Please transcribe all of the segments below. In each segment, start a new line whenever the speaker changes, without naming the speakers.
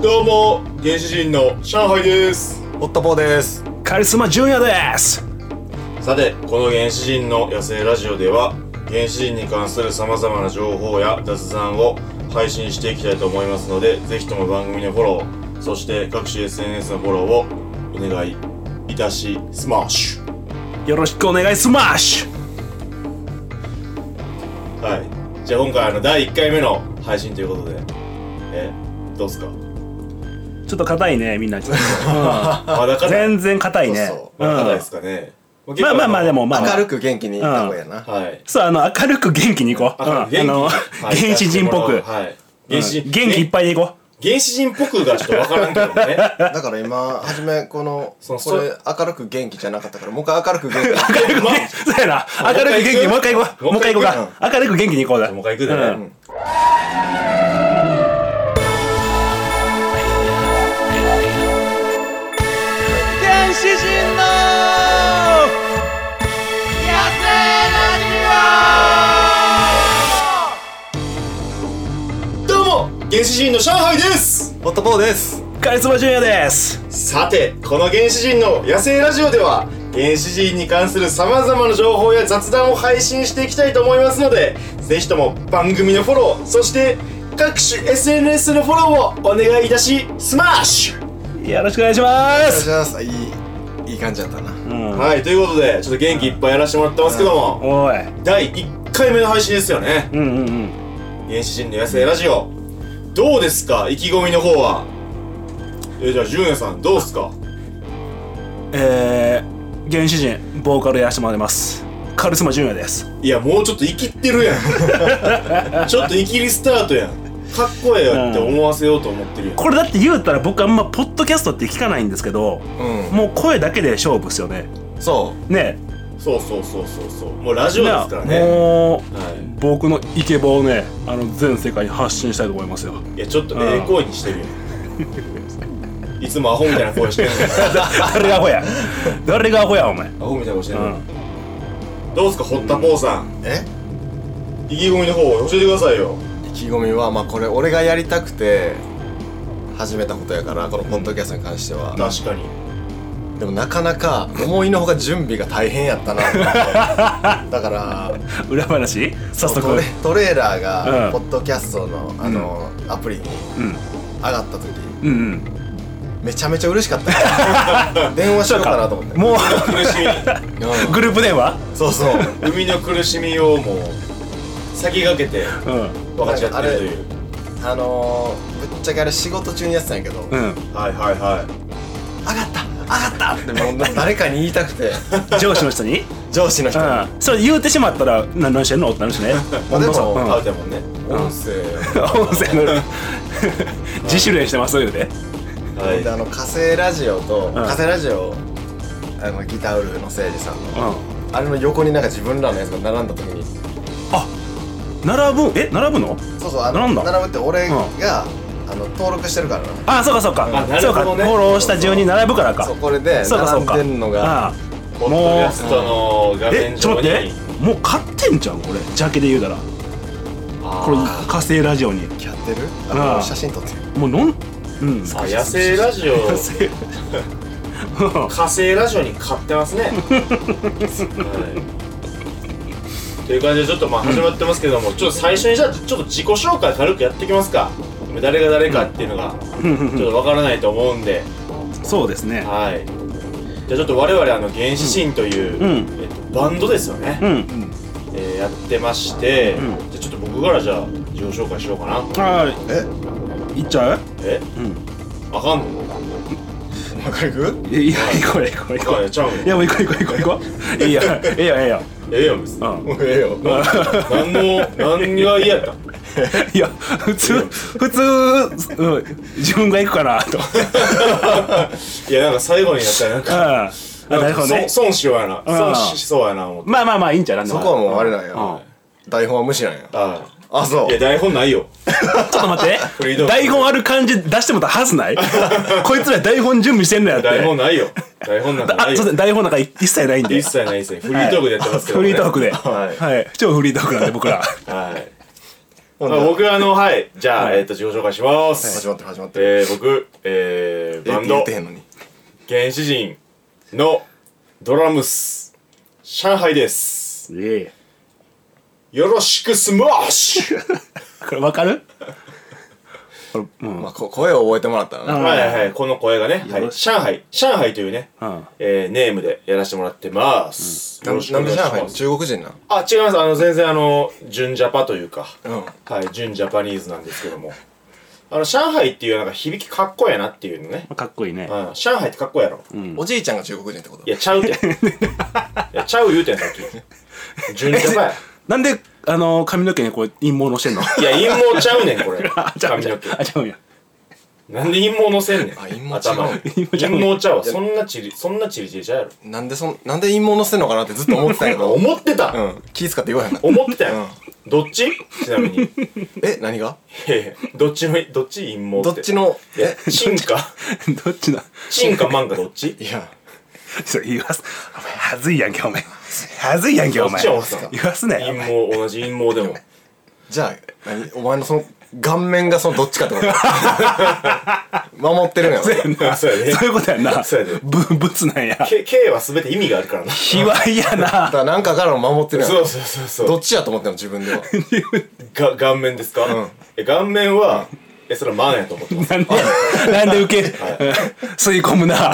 どうも原始人の上海です
ホットポーです。
カリスマ純也です
さてこの原始人の野生ラジオでは原始人に関する様々な情報や雑談を配信していきたいと思いますのでぜひとも番組のフォローそして各種 SNS のフォローをお願いいたしスマッシュ
よろしくお願いスマッシュ
はいじゃあ今回あの第1回目の配信ということでえどうっす か
ちょっと硬いねみ んな
まだ硬い
全然硬いね
そうそう
まだ硬いで
ん
すかね
まあまあまあでもまあまあ
明るく元気にいった方やな。
はい
そうあの明るく元気にいこう、うん、
明る
あ
く元気に
の
はい
原始人っぽく
はい
うん
原始人
元気いっぱいでいこ
原始人っぽくがちょっとわからんけどね
だから今、はじめこの、
そ
こ
う
れ明るく元気じゃなかったから、もう一回明るく元
う明るく
まあ
元気 そうやな
あ
明る
もう
く元気もう
一回
一回
行
行
く
こうもう一回行こ
もう
うか明るく元気にいこうだ
もう一回行くでね
うん
原始人の野生
どうも原始人の上海です
気。ホットポーです。
カリスマ純也です
さてこの原始人の野生ラジオでは原始人に関するさまざまな情報や雑談を配信していきたいと思いますのでぜひとも番組のフォローそして各種 SNS のフォローをお願いいたしスマッシュ
よろしくお願いしま
お願いし
す、
ます。いい、いい感じだったな。
うん、
はいということでちょっと元気いっぱいやらせてもらってますけども
おい
第1回目の配信ですよね
うんうんうん
原始人の野生ラジオどうですか意気込みの方はえじゃあ純也さんどうっすか
えー、原始人ボーカルやらせてもらいますカリスマ純也です
いやもうちょっと生きってるやんちょっと生きりスタートやんかっこええよって思わせようと思ってるやん、
これだって言うたら僕あんまポッドキャストって聞かないんですけど
う
もう声だけで勝負っすよね
ん。そ
ね
そうそうそうそうそうもうラジオですから
な
ね
もう、
はい
僕のイケボをねあの全世界に発信したいと思いますよ
いやちょっと
うん
ええ声にしてるやんいつもアホみたいな声してるやん
誰がアホや誰がアホやお前
アホみたいな声してる
う
やん、
ん
どうっすか堀田ぽーさん
う。え
意気込みの方教えてくださいよ
意気込みは、まあこれ俺がやりたくて、始めたことやから、このポッドキャストに関しては。
確かに
でもなかなか、思いのほか準備が大変やったなと思って。だから、
裏話早速
トレトレーラーが
うん
ポッドキャストのあの、アプリに
うん
上がった時
うんうん
めちゃめちゃ嬉しかったよ電話しようかなと思って
も
苦し
う グループ電話
うんそうそう
み海の苦しみをもう先駆けて
うん
分かち合ってるという
あのー、ぶっちゃけあれ仕事中にやってたんやけど、
う
上がっ
ん
はいはいはい
た上がったってもう な誰かに言いたくて
上司の人に
上司の人に、
うんそれ言うてしまったらな何してんのってなるしね
まあでも
そう
アウトやもんね
音声
ん、音声の自主練してます言うて
は
で
い
あの火星ラジオと、
ん
火星ラジオあのギターウルフのせいじさん
う
の、
ん
あれの横になんか自分らのやつが並んだ時に
並ぶえ並ぶの
そうそうあ
なん
の
だ
並ぶって俺が、あの登録してるからな
あそうかそうか、
あな
そ
る
う
ほ
かフ
どね
ォローした順に並ぶからか
そうこれで
そうかそうか
並んでんのが
ああ
ポッドキャストの画
え
面
ちょっ
上
と
に
待ってもう買ってんじゃんこれジャケで言うたら
あ
これ火星ラジオに
やってる
あ
あ
あ
の写真撮ってる
もうのんうん
ーあ野生ラジオ
火星
火星ラジオに買ってますねはいという感じでちょっとまあ始まってますけども、ちょっと最初にじゃあちょっと自己紹介軽くやっていきますか誰が誰かっていうのが
うんうん
ちょっとわからないと思うんで、
そうですね
はいじゃあちょっと我々あの原始神という、
うん
えっと、バンドですよね、
うん
えーやってまして、
うん
じゃあちょっと僕からじゃあ自己紹介しようかな
は
え
いいっちゃう
え
うん
あかんの
マカリく
いやいやこれこれ
あ
こ
かんや
れ
ちゃう
い
の
やもう行こう行こう行こう行こういいやいいやいいや
ええやん別に
うん
もうええよ
何の何が嫌やったん
いや普通普通、うん、自分が行くかな と
いやなんか最後にやったらなん
うん
か
あなるほどね
そ損しようやな
う
損
ん
しそうやな思って
まあまあまあいいんじゃない
そこはもうあれなん
うん
や台本は無視なんや
あ
あそ
あいや
う
台本ない よ
ちょっと待って
フリートーク
台本ある感じ出してもらったはずない こいつら台本準備してんのやって
台本ないよ台本なんか
あ、
ない
す
よ
いません、台本なんか一切ないんで。
一切ないですねフリートークでやってますけど、
フ
ね、
リートークで。
はい
はい。超フリートークなんで、僕ら。
はい
ほん
あ
で
僕あのはいじゃあ、えっと自己紹介します、
始まってる始まってる
えー、僕、えー、
え
バ
っ
ン
て言
ド
ってへんのに
原始人のドラムス上海です
え
よろしくスマッシュ
えこれわかるこれうん
まあこ声を覚えてもらったら
うん
な
はいはいはいこの声がね、は
よ
い、
ろし
上海上海というね、
うん
えー、ネームでやらせてもらってます、
な
よ
ん
ろ
で
しくお
上
願いし
海
ま
の
す
中国人なん
あ違いますあの全然あの純ジャパというか
うん
はい純ジャパニーズなんですけどもあの上海っていうなんか響きかっこやなっていうのね、
かっこいいね
うん、上海ってかっこやろ、
おじいちゃんが中国人ってこと
いや、ちゃうて。いや、ちゃう言うてん、さっき。順ジャ パや。
なんであの髪の毛にこう陰謀の してんの
いや、陰謀ちゃうねん、これ。
あちゃう
髪
ちゃ
の
う
毛。
あちゃうんや
なんで陰謀のせんねん。
あ陰謀ちゃう
頭に
陰謀ちゃう
陰謀ちゃうわ。そんなチリ、そんなチリチリちゃうやろ。
なんでそんなんで陰謀乗せんのかなってずっと思ってたんや けど
思って
う
た。
ん気使って言わへんな
思ってたよ。どっちちなみに。い
え何が
やいやどっちも、どっち陰謀
ど
っ。
ってちの
いや
え、
チンか、
どっちだ
チンかマンかどっち
いや
それ言わすお前はずいやんけお前はずいやんけお前
どっちを押すか
言わすな
陰
よ
謀、同じ陰謀でも。
じゃあ何お前のその顔面がそのどっちかってこと 守ってるんやろ
そうやね。
そういうことやんな
そうやで
ぶぶつなんや
K K は全て意味があるからな。そ
卑猥や
だ
な
からなんかからも守って
う
るやん
そうそうそう。
どっちやと思ってんの自分で は
が顔面ですか、
うん
え顔面はえそれはマンやと思ってます
なんでやなんで受け吸い込むな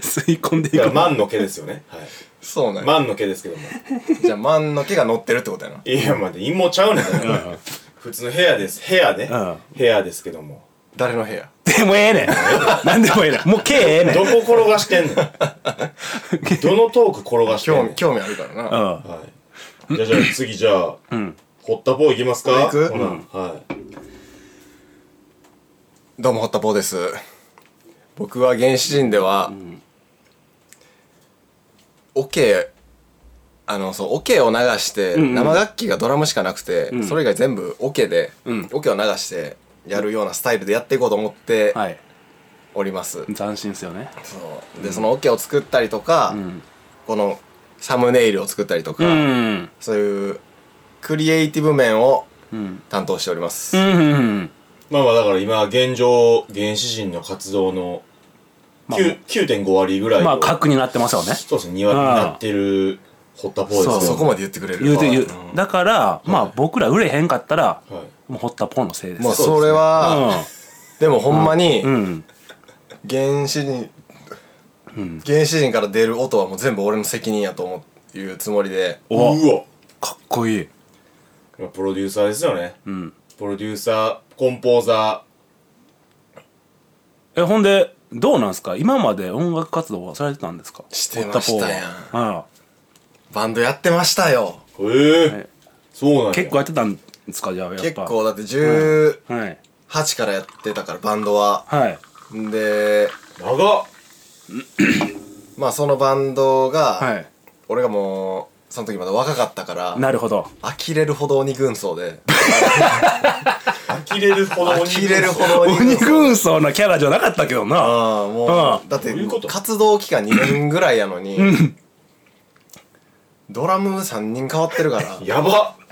吸い込んでい
だから
く
マンの毛ですよね、はい、
そうなんや
マンの毛ですけども
じゃあ万の毛が乗ってるってことやない
やまで陰謀ちゃうねんだから普通のヘアですヘアね、
ん
ヘアですけども
誰の部屋
でもええねんなんでもええねんもう毛ええねん
どこ転がしてんのどのトーク転がしてん
興
の
味興味あるからな
う
はい、じゃあじゃあ次じゃあ、ホッタポーいきますか
行く
ほなはい
どうもホッタポーです僕は原始人ではオケあのそうオケを流して
ん
生楽器がドラムしかなくてそれ以外全部オケで
うん
オケを流してやるようなスタイルでやっていこうと思って
んはい
おります
斬新っすよね
そうでそのオケを作ったりとかこのサムネイルを作ったりと
う
か
ん
そういうクリエイティブ面を
うん
担当しております、
うんうんうん
まあまあだから今現状原始人の活動の
まあ
9 9.5割ぐらいを
まあ核になってますよね
そうですね2割になってるホッタポーです
そ
よ
うそこまで言ってくれる
言うて言う
まあ
だからまあ僕ら売れへんかったら
はい
もう掘ったポーのせいで
まあ
す
それは、でもほんまに
うんうん
原始人、原始人から出る音はもう全部俺の責任やと思ういうつもりで
お
うわ
かっこいい
まあプロデューサーですよね
うん
プロデューサーコンポーザ
えほんでどうなんすか今まで音楽活動はされてたんですか
してましたやん
ホッタポーは
バンドやってましたよ
ーへえ
はい
そうなん
うん
や
結構やってたんですかじゃあやっぱ
結構だって18
はい
からやってたからバンドは
はい
で
長っ
まあそのバンドが、
はい
俺がもうその時まだ若かったから
なるほど
呆れるほど鬼軍 曹で
呆れるほど鬼
呆れるほど
鬼
曹
軍曹なキャラじゃなかったけどな
ああも
う
うだって
どういうこと
活動期間2年ぐらいやのにドラム3人変わってるから
やばっ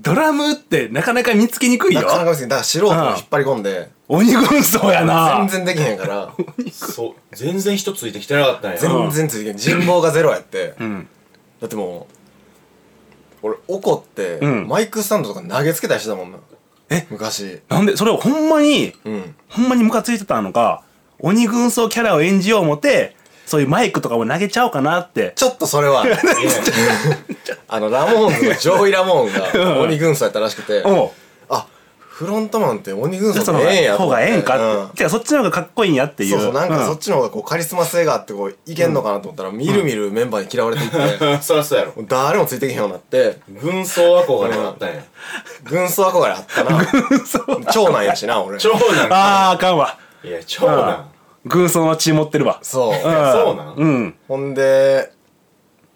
ドラムってなかなか見つけにくいよ
なかなかですねだから素人を引っ張り込んで
鬼軍曹やな
全然できへんから
そう全然人ついてきてなかったんや
全然ついてけへん人望がゼロやって
ん
だってもう俺怒って
ん
マイクスタンドとか投げつけたりしてたもんな
え
昔
なんでそれをほんまに
うん
ほんまにムカついてたのか鬼軍曹キャラを演じよう思ってそういうマイクとかも投げちゃおうかなって
ちょっとそ れは
いや
あのラモーンズのジョイ・ラモー ンが鬼軍曹やったらしくて
おう
あフロントマンって鬼軍
じゃあ
曹
そ
で
の
ええんやと
方
思
がええん
う
かって、じゃあそっちの方がかっこいいんやっていう
そうそうなんかそっ
ん
ちの方がこうカリスマ性があってこういけんのかなと思ったら、みるみるメンバーに嫌われていって、
そりゃそうやろ
もう誰もついてけへんようになって
軍曹憧れがあったんや
軍曹憧れあったな長男やしな俺
長男か
あああかんわ
いや長男
軍曹の血持ってるわ
そう
いやそうなん
うん
ほんで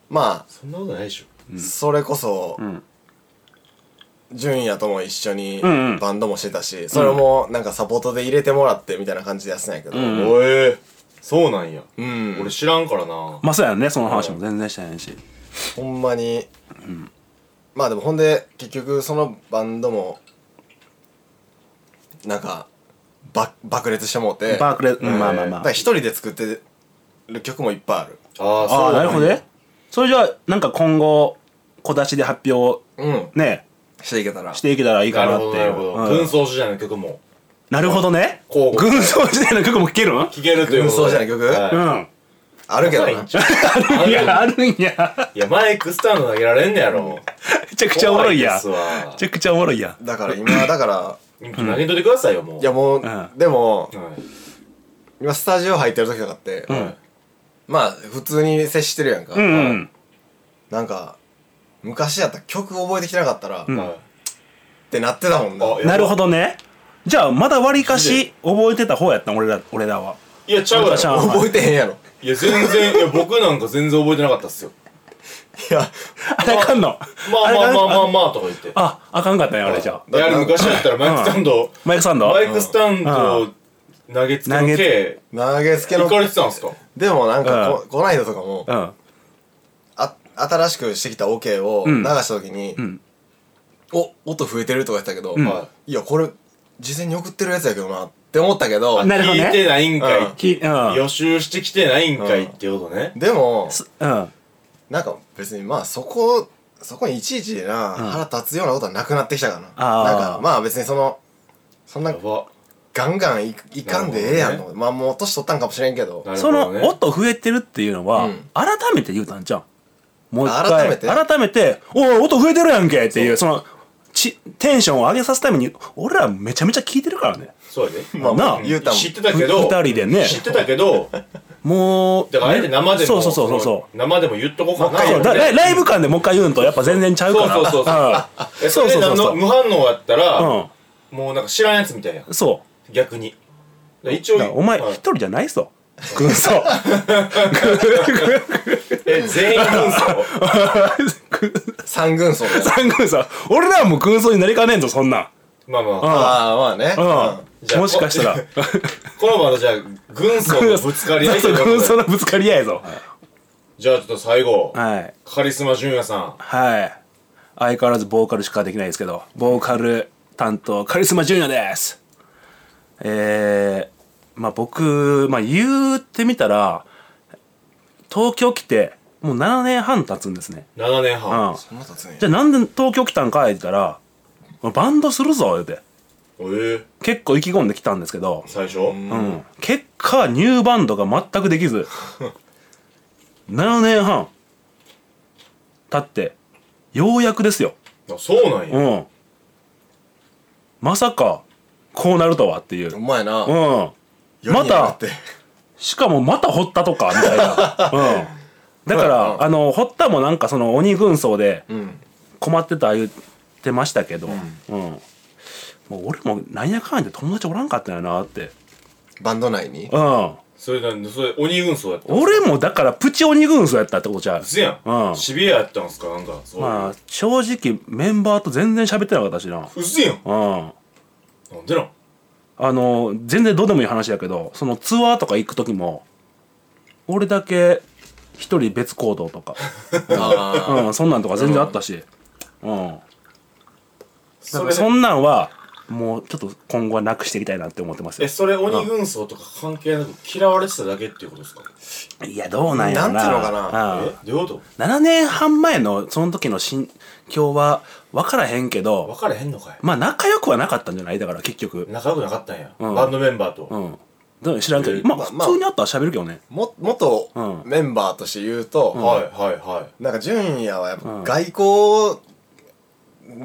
ま
そんなことないでしょ
あそれこそ、純也とも一緒に
んうん
バンドもしてたし、それもなんかサポートで入れてもらってみたいな感じでやってたんやけど、
おえそうなんや
ん
俺知らんからな
まあそうやねその話も全然してないし
ほんまに、まあでもほんで結局そのバンドもなんかば爆裂してもうて
バークレー、うん、まあまあ
だ
ま
から
あ
一人で作ってる曲もいっぱいある
ああ
ああなるほど
ね
ねそれじゃあなんか今後小出しで発表
うん
ね
していけたら
していけたらいいか
な
な
る
っ
ほど
て
な
いう
るほど、
うん
軍曹時代の曲も
なるほどね
こう
軍曹時代の曲も聴 けるん
聴けるということで
軍曹時代の
う
曲
は
ん
あるけど
い
な
ある
い
よ
やあるんや
いやマイクスタンド投げられんねやろ
めちゃくちゃおもろいや
怖ですわ
めちゃくちゃおもろいや
だから今だから
投げといてくださいよもう
いやもう、
うん
でも
はい
今スタジオ入ってる時とかって、
ん
まあ普通に接してるやんか、
うんうん
なんか昔やったら曲覚えてきてなかったら、
ん
っ
は
てなってたもんな、
あえ
なるほどねじゃあまだわりかし覚えてた方やったん俺ら俺らはい
いやちゃうわ
ちゃう
よ
わ
覚えてへんやろ
いや全然いや僕なんか全然覚えてなかったっ すよ
いや
あれあかんの
まあまあ
れ
まあま
あ
あまあとか言って
ああかんかったんやあれじゃあ
いやあれ昔だったらマイクスタンド
マイクサンド
マイクスタンドを投げつけの
投げ
け
投げつけの
行かれてたんすか
でもなんかこ,、
う
こないだとかも、
うん
あ新しくしてきたオ、ケを
ん
流した時に、
ん
お音増えてるとか言ってたけど、
ん
はい
やこれ事前に送ってるやつやけどなって思ったけど
なるほどね
聞いてないんかい
うん
きうん
予習してきてないんかいってことね
でも
すうん
なんか別にまあそこそこにいちいちな、腹立つようなことはなくなってきたかな
あー
なんかまあ別にそのそんな
やば
ガンガンいいかんでええやん
なる
と、まあもう年取ったんかもしれんけど
なる
そ
ほ
の
どね
音増えてるっていうのは、
うん
改めて言うたんじゃんもう一回
改めて
改めて「おい音増えてるやんけ」っていうそのちテンションを上げさすために俺らめちゃめちゃ聞いてるからね
そうやで
まあ
なあ
言うたもん
知ってたけど
ふ二人でね
知ってたけど
もう
だからあえて生でも
そうそうそうそうそ
生でも言っとこうかな
うそうだライ
俺
ライブ感でもう一回言うんとやっぱ全然ちゃうから
そうそうそうそうえそ
そう
れ
そ
で
うそう
何
そ
の
う
無反応やったら
う
もうなんか知らんやつみたいやん
んそう
逆にだから一応
だからお前
はい
一人じゃないぞ軍曹
え全員軍曹
三軍曹みたいな
三軍曹俺らはもう軍曹になりかねんぞそんなん
まあまあ
ん
ああまあね、
うん
じゃあ
もしかしたら
この場のじゃあ軍曹のぶつかり合いと
そ
いううことで
そう軍曹のぶつかり合いぞ
じゃあちょっと最後
はい
カリスマ純也さん
はい。相変わらずボーカルしかできないですけど、ボーカル担当、カリスマジュニアです。えー、まあ僕、まあ言ってみたら、東京来て、もう7年半経つんですね。
7年
う
半
ん。
そんな経つんや
じゃあなんで東京来たんかいって言ったら、まあバンドするぞ、言うて。
えー
結構意気込んできたんですけど、
最初
うん結果、ニューバンドが全くできず、7年半経って、ようやくですよ。
あそうなんや
うん。まさか、こうなるとはっていう。
お
う
前な、
ん。
よりに
また
よって
しかもまた堀田とか、みたいな。うん。だか
うんう
ら、
ん
あの、堀田もなんかその鬼軍曹で
うん
困ってた言ってましたけど、うん。もう俺もなんやかんやで友達おらんかったんやなって。
バンド内に
うん。
それなんでそれ鬼軍曹やった
俺もだからプチ鬼軍曹やったってことじゃん。
ずや
うん
んシビアやったんすかなんかそういう
まあ、正直メンバーと全然喋ってなかったしな。
うずやん
うん。
なんでなん
あの全然どうでもいい話だけどそのツアーとか行く時も俺だけ一人別行動と か、
ああ
うん、そんなんとか全然あったし、うん、だからそんなんはもうちょっと今後はなくしていきたいなって思ってます
え
よ
それ鬼軍曹とか関係なく嫌われてただけっていうことですか
いやどうなんやろな
なんていうのかな
うん
えどういうこ
7年半前のその時の心境は分からへんけ
と分
ど
からへんのかい
まあ仲良くはなかったんじゃないだから結局、
仲良くなかったんや
うん
バンドメンバー
う
と
ん、でも知らんけど、
えー
まあ
まあ
普通にあったら喋るけどね、
も元
うん
メンバーとして言うと、
はいはいは
なんか純也はやっ
う
ぱ
ん
外交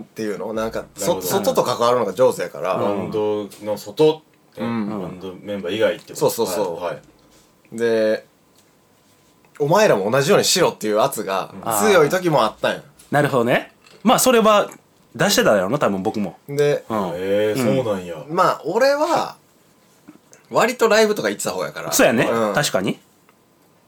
っていうのなんか
なる
そ
ほど
外と関わるのが上手やから、
いバンドの外バ
ん
ンドメンバー以外ってこと
そうそうそう
はいはい
でお前らも同じようにしろっていう圧が強い時もあったんや、
なるほどねまあそれは出してただろうな多分僕も、
で
うん、
えーそうなんや
まあ俺は割とライブとか行ってた方やから
そうやね、
ん
確かに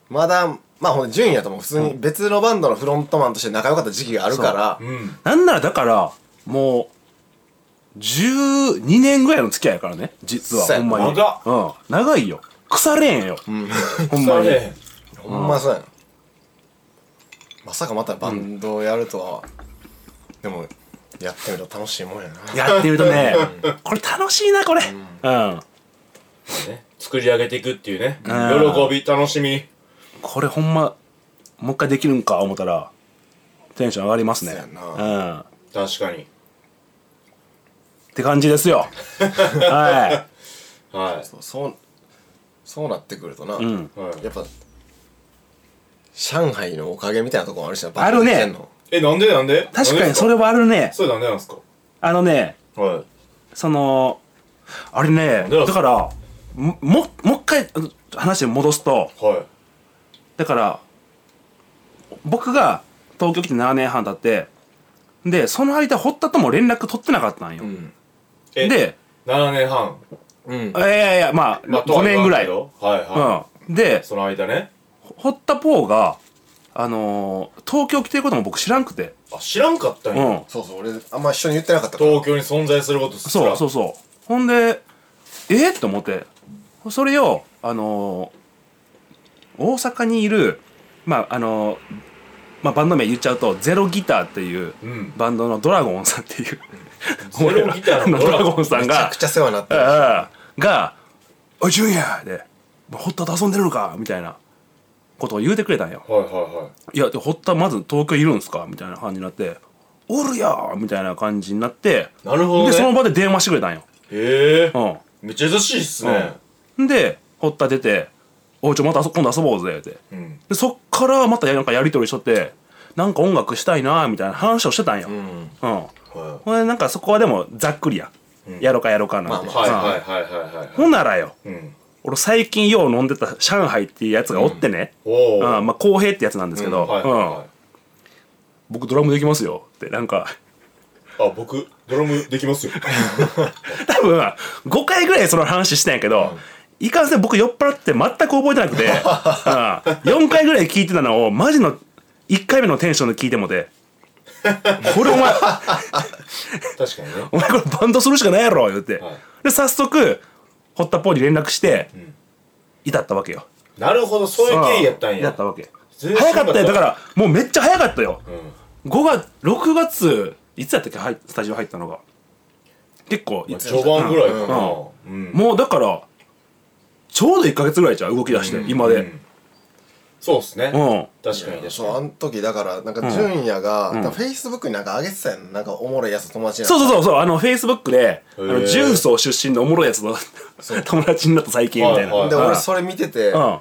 まだまあほんで純也とも普通に別のバンドのフロントマンとして仲良かった時期があるから
うん
なんならだからもう12年ぐらいの付き合いやからね実は
そ
ほ
うや
んまに
長っ
うん、長いよ腐れへんよ、 ほんま
そ
に
れ
ほんまそうやんまさかまたバンドをやるとはでもやってみると楽しいもんやな
やってるとねこれ楽しいなこれうん
ね、作り上げていくっていうね喜び楽しみ
これほんまもう一回できるんか思ったらテンション上がりますね
そうや
うんっ
確かに
て感じですよは
は
そうそうそうなってくるとな、
い、うん、
い、はい、
やっぱ上海のおかげみたいなとこもあるしな
あるね
バカにしてんの
えなんでなんで
確かにそ
れ
れはあるね
それなんでなんですか
あのね
はい
そのあれね
では
だからもももう一回あの話に戻すと
はい
だから僕が東京来て7年半経ってでその間堀田とも連絡取ってなかったんよ、
ん
え
で
7年半、
うん
いやいやまあ、
まあ、と
5
は言
年
わん
ぐら
け
い、
どはいは
うん、で
いその間ね
堀田ポーがあのー東京来てることも僕知らんくて
あ知らんかったん
う
や、
ん
そうそう俺あんま一緒に言ってなかったから
東京に存在することす
そうそううそうほんでえっ、と思ってそれをあのー大阪にいるまああのーまあ、バンド名言っちゃうとゼロギターっていう
うん
バンドのドラゴンさんっていう、
ゼロギターの
ド
ド
ラ
ラ
ゴ
ゴ
ン
ン
さん
めちゃ
が
くちゃ世話になってる
ああが「おい純也!」で「堀田と遊んでるのか」みたいなことを言うてくれたんよ
はいはいはい
「いやで堀田まず東京いるんすか?」みたいな感じになって「おるやん!」みたいな感じになって
なるほど
で
ね
その場で電話してくれたんよ、
へえ
う
めっちゃ優しいっすね
ん、で堀田出て「おいちょまた今度遊ぼうぜ」って
うん、
でそっからまたやなんかやり取りしとってなんか音楽したいなみたいな話をしてたんよ、う
うんん
は
ほんでなんかそこはでもざっくりや、やろかやろかなんて、
い、はいはいはいはいはい
ほんならよ
うん
俺最近よう飲んでた上海っていうやつがおってね、
おお
ああまあ浩平ってやつなんですけど、
はいはいは
うん僕ドラムできますよってなんか
い、あ僕ドラムでき ますよ
多分5回ぐらいその話してんやけど、いかんせん僕酔っ払って全く覚えてなくて、うん、4回ぐらい聞いてたのをマジの1回目のテンションで聞いてもてこれお前
確かにね
お前これバンドするしかないやろ言って、
はい
で早速堀田ポーに連絡して、至ったわけよ
なるほどそういう経緯やったんや
やったわけ
全然
早かったよ
知ら
だ
ん
からもうめっちゃ早かったよ、
うん
5月6月いつやったっけ入スタジオ入ったのが結構いつ
序盤ぐらいかなうん、
もうだからちょうど1か月ぐらいじゃう動き出して、今で、
うんそうっすね、
うん
確かに確
そう
か
あ
に
の時だからなんか純也が、多分フェイスブックになんか上げてたやんなんかおもろいやつ友達にな
そうそ
う
うそうそうあのフェイスブックであ
へ
の
ー
重曹出身のおもろいやつの友達になった最近みたいな、
はいはい
で
うん
俺それ見てて、
うん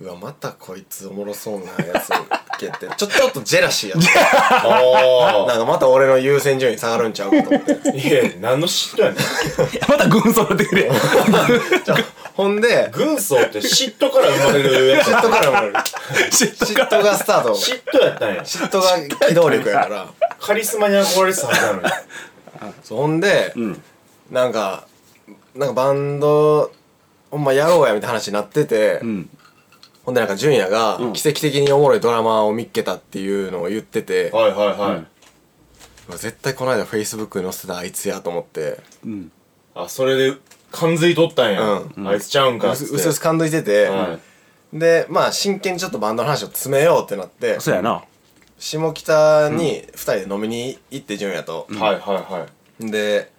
うわまたこいつおもろそうなやつけってちょちょっとジェラシーやった
あ
なんかまた俺の優先順位下がるんちゃうかと思 って。
あいや何の嫉妬やねん
また軍曹になってく れ
ほんで、
軍曹って嫉妬から生まれるやつ
嫉妬から生まれる。嫉妬がスタート。嫉
嫉妬やったんや
妬が機動力やから。
カリスマに憧れてたはずなのに
そうほんで、なんか、なんかバンド、ほんまやろうやみたいな話になってて、
ん
ほんでなんか純也が奇跡的におもろいドラマを見っけたっていうのを言ってて、
はいはいはい、
うわ絶対この間フェイスブックに載せてたあいつやと思って、
あそれで感づいとったんや、
う
あいつちゃうんか
う
っつ
す
っ
う
て
すうす感動いてて、
は
で、まあ真剣にちょっとバンドの話を詰めようってなって、
そうやな
下北に2人で飲みに行って純也と、
い、はいはいはい
で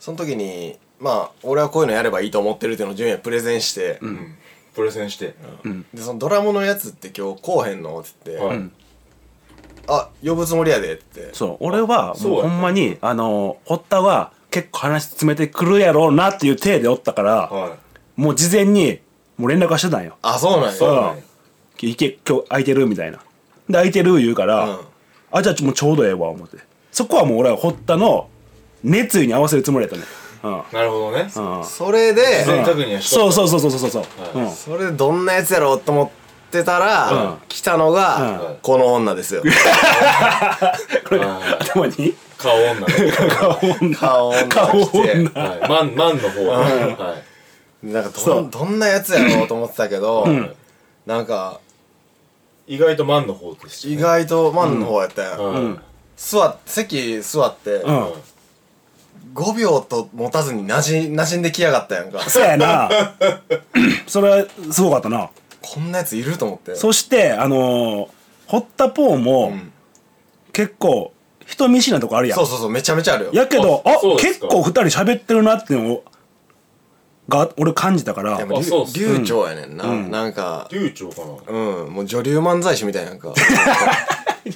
その時にまあ俺はこういうのやればいいと思ってるっていうのを純也プレゼンして、
プレゼンして、
でそのドラムのやつって今日こうへんのって言って「
はい、
あ呼ぶつもりやで」って言って
そう俺は
そう
もう
やっ
ほ
た
んまにあの堀田は結構話詰めてくるやろうなっていう体でおったから、
は
もう事前にもう連絡はしてたんよ
「あそうなん
い
や」
そう
あ
なん
あ
や
いけ今日空いてるみたいなで空いてる言うから、
うん
あじゃあもうちょうどええわ思ってそこはもう俺は堀田の熱意に合わせるつもりやったねう
なるほどね、
んうん
それで、
然確認はし
そ
と
う
った
そうそうそうそうそう、うん
それでどんなやつやろうと思ってたら、
うん
来たのが、
うん
この女ですよ
これ
あ
頭に
顔女、
顔女
顔女が
顔
来て
女
はい、マンマンの方は
なんか
そ
ど
うん
どんなやつやろうと思ってたけど、なんか
い、意外とマンの方です
意外とマンの方やったやん、
うん、
座っ席座って、
うん
5秒と持たずになじ馴染んできやがったやんか
そうやなそれはすごかったな
こんなやついると思って
そしてあのー、堀田ポーも、結構人見知りなとこあるやん
そうそうそうめちゃめちゃあるよ
やけど
あ
あ
そうです
結
か
構二人喋ってるなっていうのをが俺感じたから
でも
あそうっす
流暢やねんな、なんか
流暢かな
うんもう女流漫才師みたいなんか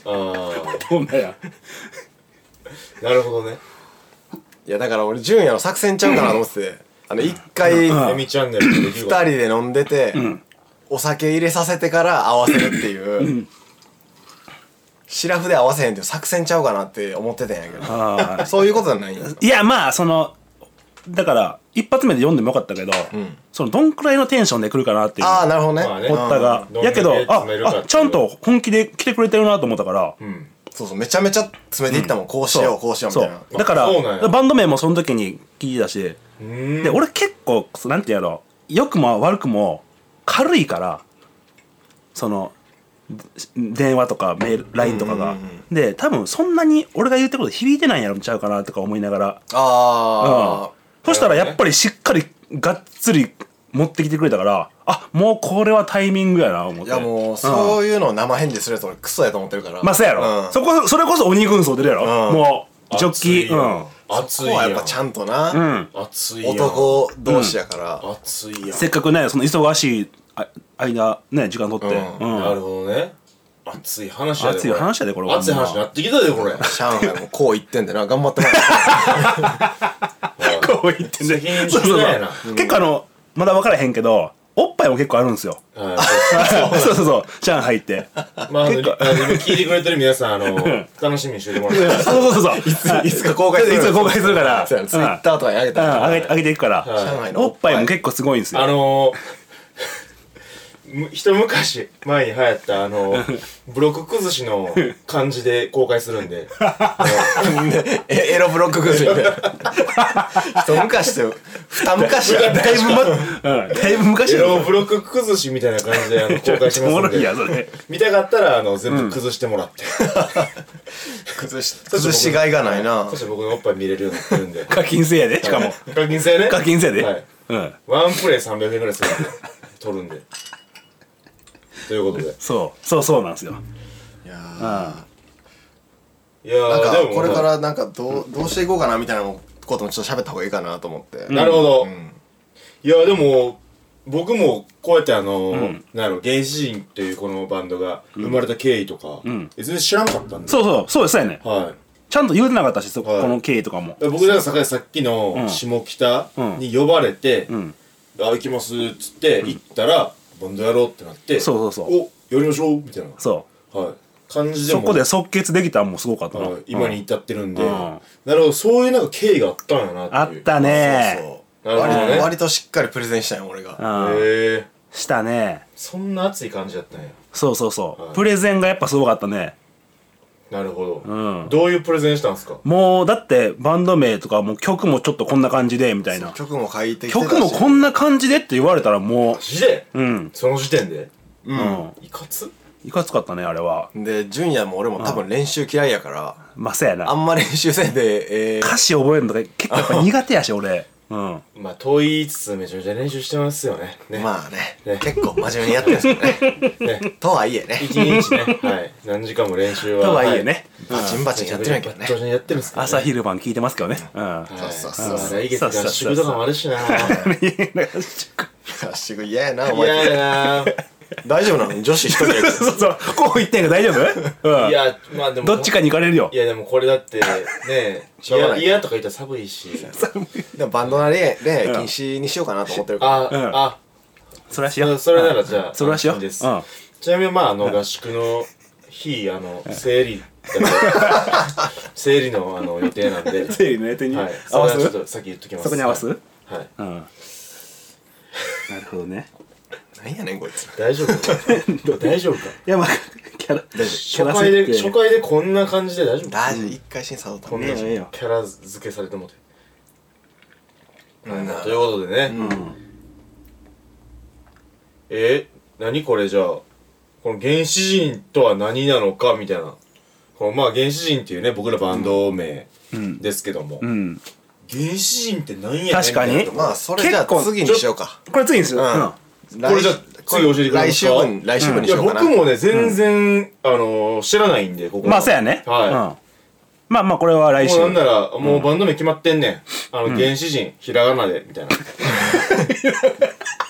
あ
ほんまや
あなるほどね
いやだから俺純也の作戦ちゃうかなと思ってて、あの一回
エミチャンネルででき
二
るか
人
ら
で飲んでて、お酒入れさせてから合わせるっていうシラフで合わせへんっていう作戦ちゃうかなって思ってたんやけど
あー
そういうことじゃないんや
いやまあそのだから一発目で読んでもよかったけど、そのどんくらいのテンションで来るかなっていう
ああなるほどね,、
まあね
堀田が
うん
やけど
どんだけ
あ
詰めるかってい
あ
う
ちゃんと本気で来てくれてるなと思ったから、
そうそうめちゃめちゃ詰めていったもん、こうしようこうしようみたいな
そうだから
そうなんや
バンド名もその時に聞いたしで俺結構なんてやろう良くも悪くも軽いからそので電話とかメール LINE とかが、で多分そんなに俺が言ってること響いてないんやろちゃうかなとか思いながら
ああ
そしたらやっぱりしっかりがっつり持ってきてくれたからあもうこれはタイミングやな思っ
い
て
やもう
うん
そういうのを生返事するやつ俺クソやと思ってるから
まあそうやろ、
ん
そこそれこそ鬼軍曹出るやろ、
うん
もうジョッ
熱い
キうん
よ熱
そ
い
こ
や
は
ん
やっぱちゃ
ん
んとな、
うん
熱いやん
男同士やから、
熱いやん
せっかくねその忙しいあ間ね時間取って、
う
うん
なるほどね熱い話やで
熱い話やでこれ
熱い話になってきたでこれ
上海もこう言ってんでな頑張ってもらって
こう言って
責任重大やな
結構あのまだ分からへんけどおっぱいも結構あるんですよ
はい
そうそうそう上海って
まああのあ の聞いてくれてる皆さんあの楽しみにしててもらって
そうそうそうそう
いつか公開す る
いつか公開するから
ツイッターとかに上げ
う
た
ん
ら
上げ上げていくから、
上海の
おっぱいも結構すごいんですよ
あのー、む一昔前に流行ったあ のブロック崩しの感じで公開するん で
えエ ロブロックグループ一昔と二昔や
だいぶ、ま、うん、だいぶ
エ
昔や
ロ
ろ
ブロック崩しみたいな感じ であの公開しま
おも
すん
ろいや
で
んそれ
見たかったらあの全部崩してもらって、
崩し 崩しがいがないな
そして僕のおっぱい見れるようになってるんで
課金制やでしかも
課金制ね
課金制やで、
はい、
うん
ワンプレイ300円ぐらいするんで 取るんでということで
そうそうそうなんですよ
いやー
いや
なん
ーで
か
も
これからなんかどうどうしていこうかなみたいなこともちょっと喋った方がいいかなと思って、
なるほど、いやでも僕もこうやってあの、なんやろ原始人っていうこのバンドが生まれた経緯とか、全然知らなかったんで
そうそうそうですよね
は
ちゃんと言うてなかったしそこ
はい
この経緯とかも
い僕だからさっきの下北に呼ばれて「あ行きます」っつって行ったら、バンドやろうってなって
そうそうそう
おやりましょう」みたいな、
そ
はい、感
う
じで
そ
も
こで即決できたんもすごかったな
はい今に至ってるんで、
うん
なるほどそういうなんか経緯があったんやな
あ
っ
って
いう
たね
そう
なるほどね
割割としっかりプレゼンしたんよ俺が
うん
へえ
したね
そんな熱い感じだったんや
そうそうそう、
はい
プレゼンがやっぱすごかったね
なるほど、
うん
どういうプレゼンしたんですか
もうだってバンド名とかもう曲もちょっとこんな感じでみたいな
曲も書いてきてたし
曲もこんな感じでって言われたらも
マジで、
ううん
その時点で
うん、
いかつ
いかつかったねあれは
で純也も俺も多分練習嫌いやから
まあそうやな
あんま練習せんでええ
歌詞覚えるのが結構やっぱ苦手やし俺 うん
まあ遠いつつめちゃめちゃ練習してますよねね,、
まあね
ね
結構真面目にやってるんですよね
ね
とはいえね
一日 ねはい何時間も練習は
とはいえね、
バチンバチンやってるんやけどね
当然やってるんですけどね
朝昼晩聞いてますけどねうん
はい
そうそうそう
来月合宿とかもある しな
合宿嫌やなお
いや
前
いや
大丈夫なの女子一人やけど
そうそうそうこう言ってんが大丈 夫、うん、
いやまあでも
どっちかに行かれるよ
いやでもこれだって ね
しょうがない
嫌とか言ったら寒いし
でもバンドな恋愛恋愛禁止にしようかなと思ってるから
あ、
うん
あ
それはしよう
それならじゃあ
うんそれはしよ
安
う、
心で
うん、
すちなみにまああの合宿の日あの生理だから生理のあの予定なんで
整理の予定に
はい、
合わす
それはちょっとさっき言っときます
そこに合わす
は
う
い、はい
んなるほどね
なんやねんこいつ
大丈夫か大丈夫か
いやまあ キャラキャラ
初回で
設定
初回でこんな感じで大丈夫
大丈夫一回審査だった
こんな
ええよええよ
キャラ付けされてもて、ということでね、えー、何これじゃあこの原始人とは何なのかみたいなこのまあ原始人っていうね僕らバンド名ですけども、
うん
原始人って何やねん
確かに
みたいなとこ
まあそれじゃあ
結構
次にしようか
これ次にする、
う
うんん
これじゃあ次教えてください
来週分来週分に
い
し
や
ようかな
僕もね全然、あのー知らないんでここ
まあそうやね、
はい、
うんまあまあこれは来週
もうなんなら、もうバンド名決まってんねん。あの、原始人、ひらがなで、み たいな。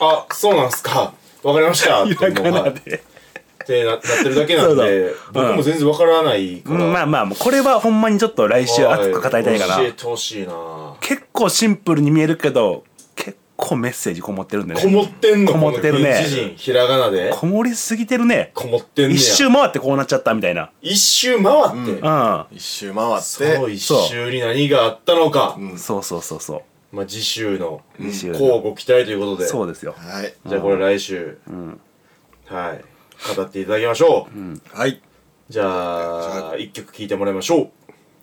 あ、そうなんすか。わかりました。
ひらが
もうは
ない
っ
で
てなな ってるだけなんで、
そうだ
僕も全然わからないか
う
ら。
んまあまあもうこれはほんまにちょっと来週熱く語りたいかな
教えてほしいなこ
結構シンプルに見えるけど結構メッセージこもってるんでね
もってんの
こもって
こ
るね
の原始人、ひらがなで。
こもりすぎてるね
こもってんねや
一周回ってこうなっちゃったみたいな
一周回って。
うん
一周回っ
その
て
一周に何があったのか。
そうそうそうそ
まあ、次週の、
う一周
こうご期待ということで。
そうですよ
はい
じゃあこれ来週、はい語っていただきましょう、
はい
じゃあ一曲聴いてもらいましょう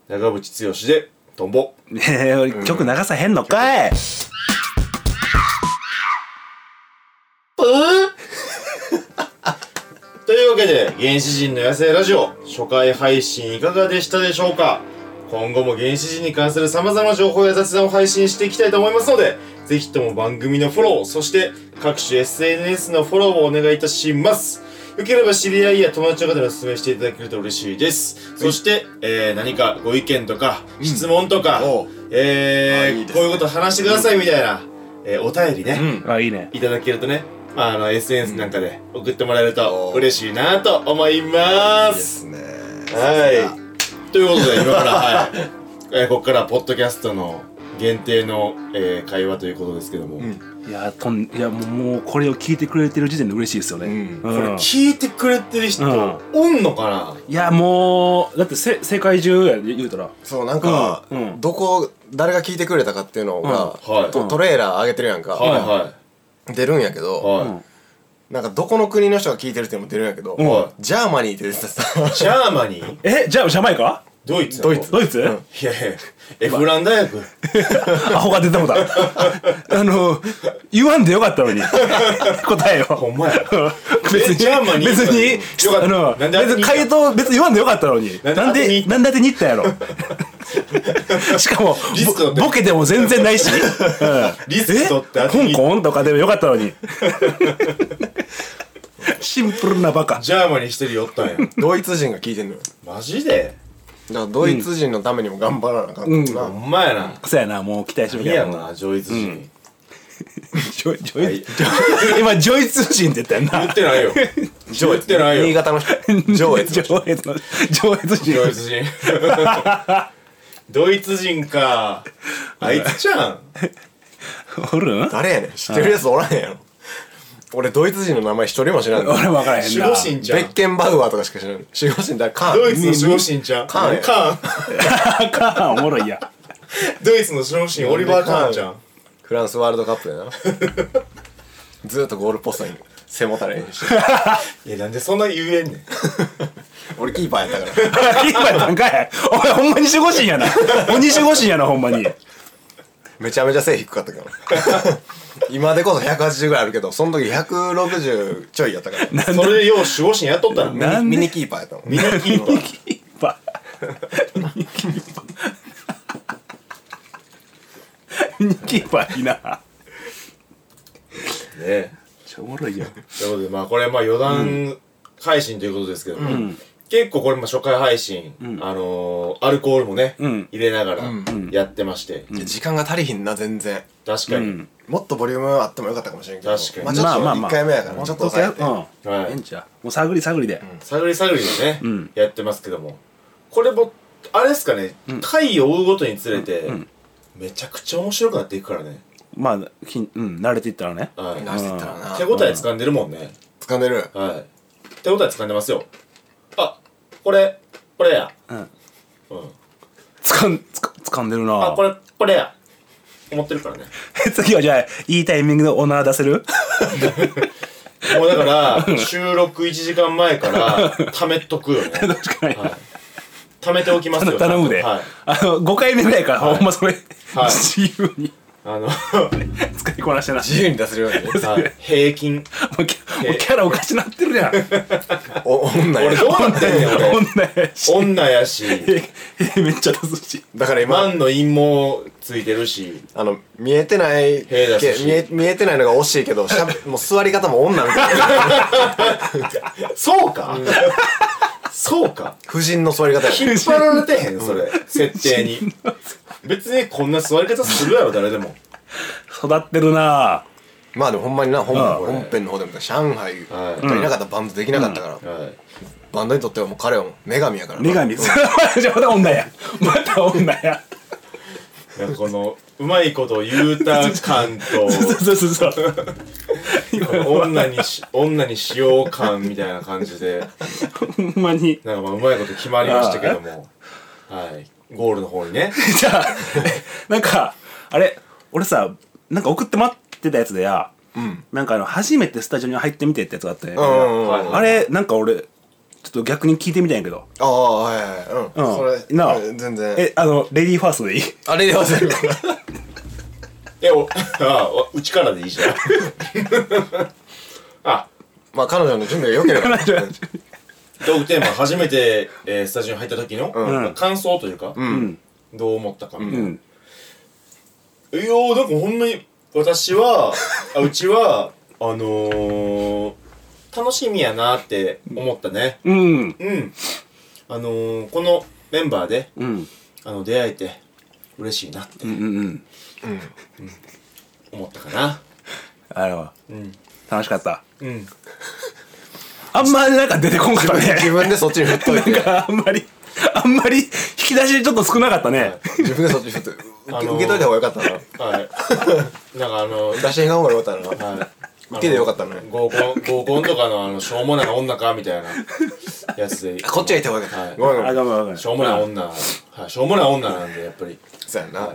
長渕剛で「トンボ
ねえ俺曲流さへんのかい」
というわけで「原始人の野生ラジオ」初回配信いかがでしたでしょうか今後も原始人に関する様々な情報や雑談を配信していきたいと思いますのでぜひとも番組のフォローそして各種 SNS のフォローをお願いいたしますよければ知り合いや友達の方にお勧めしていただけると嬉しいです。そして、えー、何かご意見とか、質問とか、
おう
え
あ
ー
いいです
こういうこと話してくださいみたいな、えーお便りね、
あいいね
いただけるとね、まあ、あの SNS なんかで送ってもらえると嬉しいなと思いま。
ですすね
はい。ということで、今から、はい。えーここから、ポッドキャストの限定の、えー会話ということですけども、
ん
いやとんいやもうもうこれを聞いてくれてる時点で嬉しいですよね、
うん
これ
うん
聞いてくれてる人、
う
おんのかない
やもうだってせ世界中やで言うたら
そうなんか、
うんうん
どこ誰が聞いてくれたかっていうのが、
うんはい
とトレーラー上げてるやんか、
はいは
出るんやけ
い。
ど、
はい。
うん
なんかどこの国の人が聞いてるっていうのも出るんやけど、
ん
ジャーマニーって出てたさ
ジャーマニー
えじゃあジャマイカ
ドイツ
ドイツ
ドイツ、
いやいや、エフラン大学。
アホが出たもん だあの言わんでよかったのに答え
ほ
を
んまや。
別に
ジャーマニー
別に
よかった
あの
なん
別
で当てに行った
に回答別に言わんでよかったのに
なんで
な
当てに行った
んでなんで当てに行ったや ろしかも
リスクだっ
ボ
て
ボケでも全然ないし、うん、
リスク取って当てに
え香港とかでもよかったの にシンプルなバカ
ジャーマニー一人おったんや。
ドイツ人が聞いてんのよ
マジで
だからドイツ人のためにも頑張らなあかったな、
ほんまやな。
そうやなもう期待しと
い
け
や
よ
な、上越人。
ジョイジョイ
はい
今ジョイ通信って言った
言
よ
っ
な
てないよ。言ってない
新
よ。
潟の人上 越
上越の上越人
上越 人。ドイツ人か。あいつじゃん。
おるん
誰やねん知ってるやつおらへんやろ俺ドイツ人の名前一人も知らんの
俺も分からへん
守
な
護神
ベ
じゃん
ッ。ケンバウアーとかしか知らん守護神だからカ
ドイ
ーン
ツの守護神じゃん。
カーンや
カーン。
あかんおもろいや
ドイツの守護神、オリバー・カーンじゃん。
フランスワールドカップや なずーっとゴールポストに背もたれにして
いや、なんでそんな言えんねん。
俺キーパーやったから
今やったんかいお前ほんまに守護神やな鬼守護神やなほんまに
めちゃめちゃ背低かったから 今でこそ180ぐらいあるけどその時160ちょいやったから
それでよう守護神やっとったな。
なん
ミ
で
ニキーパーやったもん
ミニキーパー。
バミニキーパーいいな
ね
ちょおもろいや
ということで、まあこれまあ余談配信ということですけども、結構これまあ初回配信、あのー、アルコールもね、
ん
入れながらやってまして、
いや時間が足りひんな全然
確かに、
もっっとボリュームあってもよかったかもしれんけど
確かに
まあちょっと1回目やからちょっと抑えて
うん、
はい
ええんちゃうもう探り探りで、
探り探りでね、やってますけども、これも、あれですかね、回を追うごとにつれて、めちゃくちゃ面白くなっていくからね。
まあきんうん慣れていったらね
はい
出してったらな
手応え掴んでるもんね。
掴んでる
はい。手応え掴んでますよ。あ、これ、これや。
うん
うん。
つかんつかつかんでるな
あ、これ、これや。思ってるからね。
次はじゃあいいタイミングでオナー出せる
もうだから、収録1時間前から、貯めとくよね。
確かに、
はい。貯めておきます
頼
よ。
頼むで、
はい。
あの5回目ぐらいから、
はい
ほんまそれ、
はい
自由に
あの、
使いこなしてな
自由に出せるようにね
はい平均。
もうキャもうキャラおかしなってるやん
お女や
俺どうなってんねん、俺。
女やし
女やし、
えめっちゃ出すし
だから今
万の陰謀ついてるし、
あの見えてないけ
兵だし
見え見えてないのが惜しいけどしゃべもう座り方も女みたいな
そうかそうか
夫人の座り方や
引っ張られてへんそれ 設定に別にこんな座り方するやろ誰でも
育ってるな
まあでもほんまにな本
ああ
本編の方でも上海が
はい
いなかったらバンドできなかったから、
はい
バンドにとってはもう彼はもう女神やから
女神
うん
また女やまた女や
いやこのうまいこと言うた感 と
そうそうそうそう
この女にし女にしよう感みたいな感じで
ほんまに
なんかまあうまいこと決まりましたけどもはいゴールの方にね
じゃあなんかあれ俺さなんか送って待ってたやつでや、なんかあの初めてスタジオに入ってみてってやつがあって、
うんうん
はい
あれなんか俺ちょっと逆に聞いてみたんやけど、
ああはいはいう
う
ん、
ん、
それ
なあ
うん全然
えあのレディーファーストでいい
あれで忘れる
えお あうちからでいいじゃん あ
まあ彼女の準備が良ければ
トークテーマ初めて、えースタジオに入った時の、
うん
感想というか、
ん
どう思ったかみたいな、
うん
いやーなんかほんまに私はあうちはあのー、楽しみやなって思ったね
うん
うんあのー、このメンバーで
うん
あの出会えて嬉しいなって
うんうん
思ったかな
あれは、楽しかった
うん
あんまなんか出てこんかった
自
ね
分でそっちに振っといて
なんかあんまりあんまり引き出しちょっと少なかったね、
自分でそっちに振っといて受
あ
け,、
のー
受けといた方が良かったな
はい なんかあの
出しへん方が良かったな
はい
受けで良かったね
合コン合コンとかのあのしょうもない女かみたいなやつで
こっちがいた方が良かった、
はい
ごめんごめ
あ
ん
ごめんごめん
しょうもない女、はい、しょうもない女なんでやっぱり
そうやな、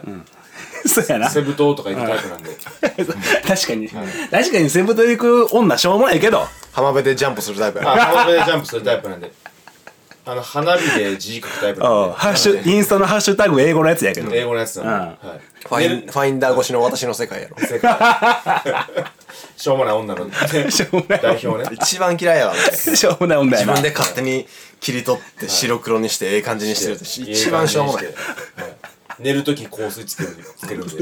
そうやな
セブ島とか行くタイプなんで
確かに、確かにセブと行く女しょうもないけど
浜辺でジャンプするタイプやな
あ浜辺でジャンプするタイプなんであの花火で字書くタイプ
うん
なん
ハッシュインスタのハッシュタグ英語のやつやけど、
で英語のやつなんで、はい、
ファインファインダー越しの私の世界やろ
正解 しょうもない 女の
しょうもない
代表ね
一番嫌いやわね
しょうもない女や
自
な
分で勝手に切り取って白黒にしてええ感じにしてるって一番しょうもない
いい感じにしてはい寝るとき香水つけるつ けるんで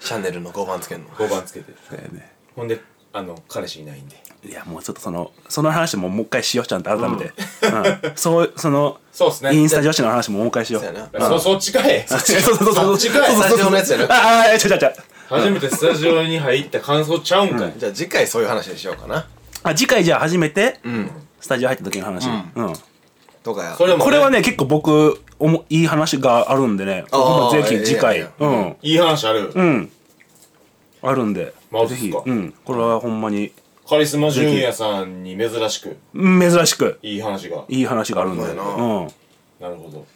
シャネルの5番つけんの
5番つけて
やね
ほんであの彼氏いないんで
いやもうちょっとそのその話ももう一回しようちゃんと改めて、うんそうその
そうっすね
インスタ女子の話ももう一回しよう
そうやな
そそっちかい
そうそうそうそう
そっちかい
スタジオのやつやな
ああちゃちゃちゃ
初めてスタジオに入った感想ちゃうんかい
じゃあ次回そういう話にしようかな
あ次回じゃあ初めて
うん
スタジオ入った時の話、うん
とかや
それもね
これはね結構僕おもいい話があるんでね
あー
僕もぜひ次回
いやいや
うん
いい話ある
うんあるんで
マジ
ぜ
っす
ひ
か
うんこれはほんまに
カリスマ純也さんに珍しく
うん珍しく
いい話が
いい話があるんで
ほんま
な
うん
や
るほど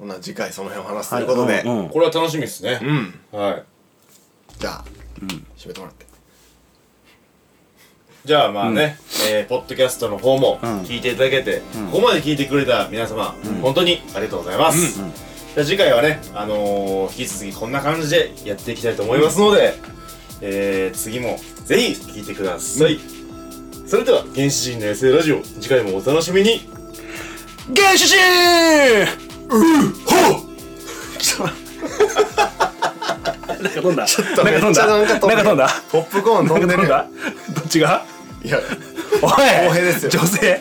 ほな次回その辺を話すということで
うんうん
これは楽しみですね
うん
はい
じゃあ締めてもらって
じゃあまあね、えーポッドキャストの方も聞いていただけて、ここまで聞いてくれた皆様、本当にありがとうございます、じゃあ次回はね、あのー引き続きこんな感じでやっていきたいと思いますので、えー次もぜひ聞いてください、それでは原始人の s 生ラジオ次回もお楽しみに
原始人 うっほなんか飛んだちょっなんか飛んだ
めっちゃなんか飛ん
な
で
んか飛んだ
ポップコーン飛んでる
なん
や
か飛んだどっちが
んいや
おい
公平ですよ
女性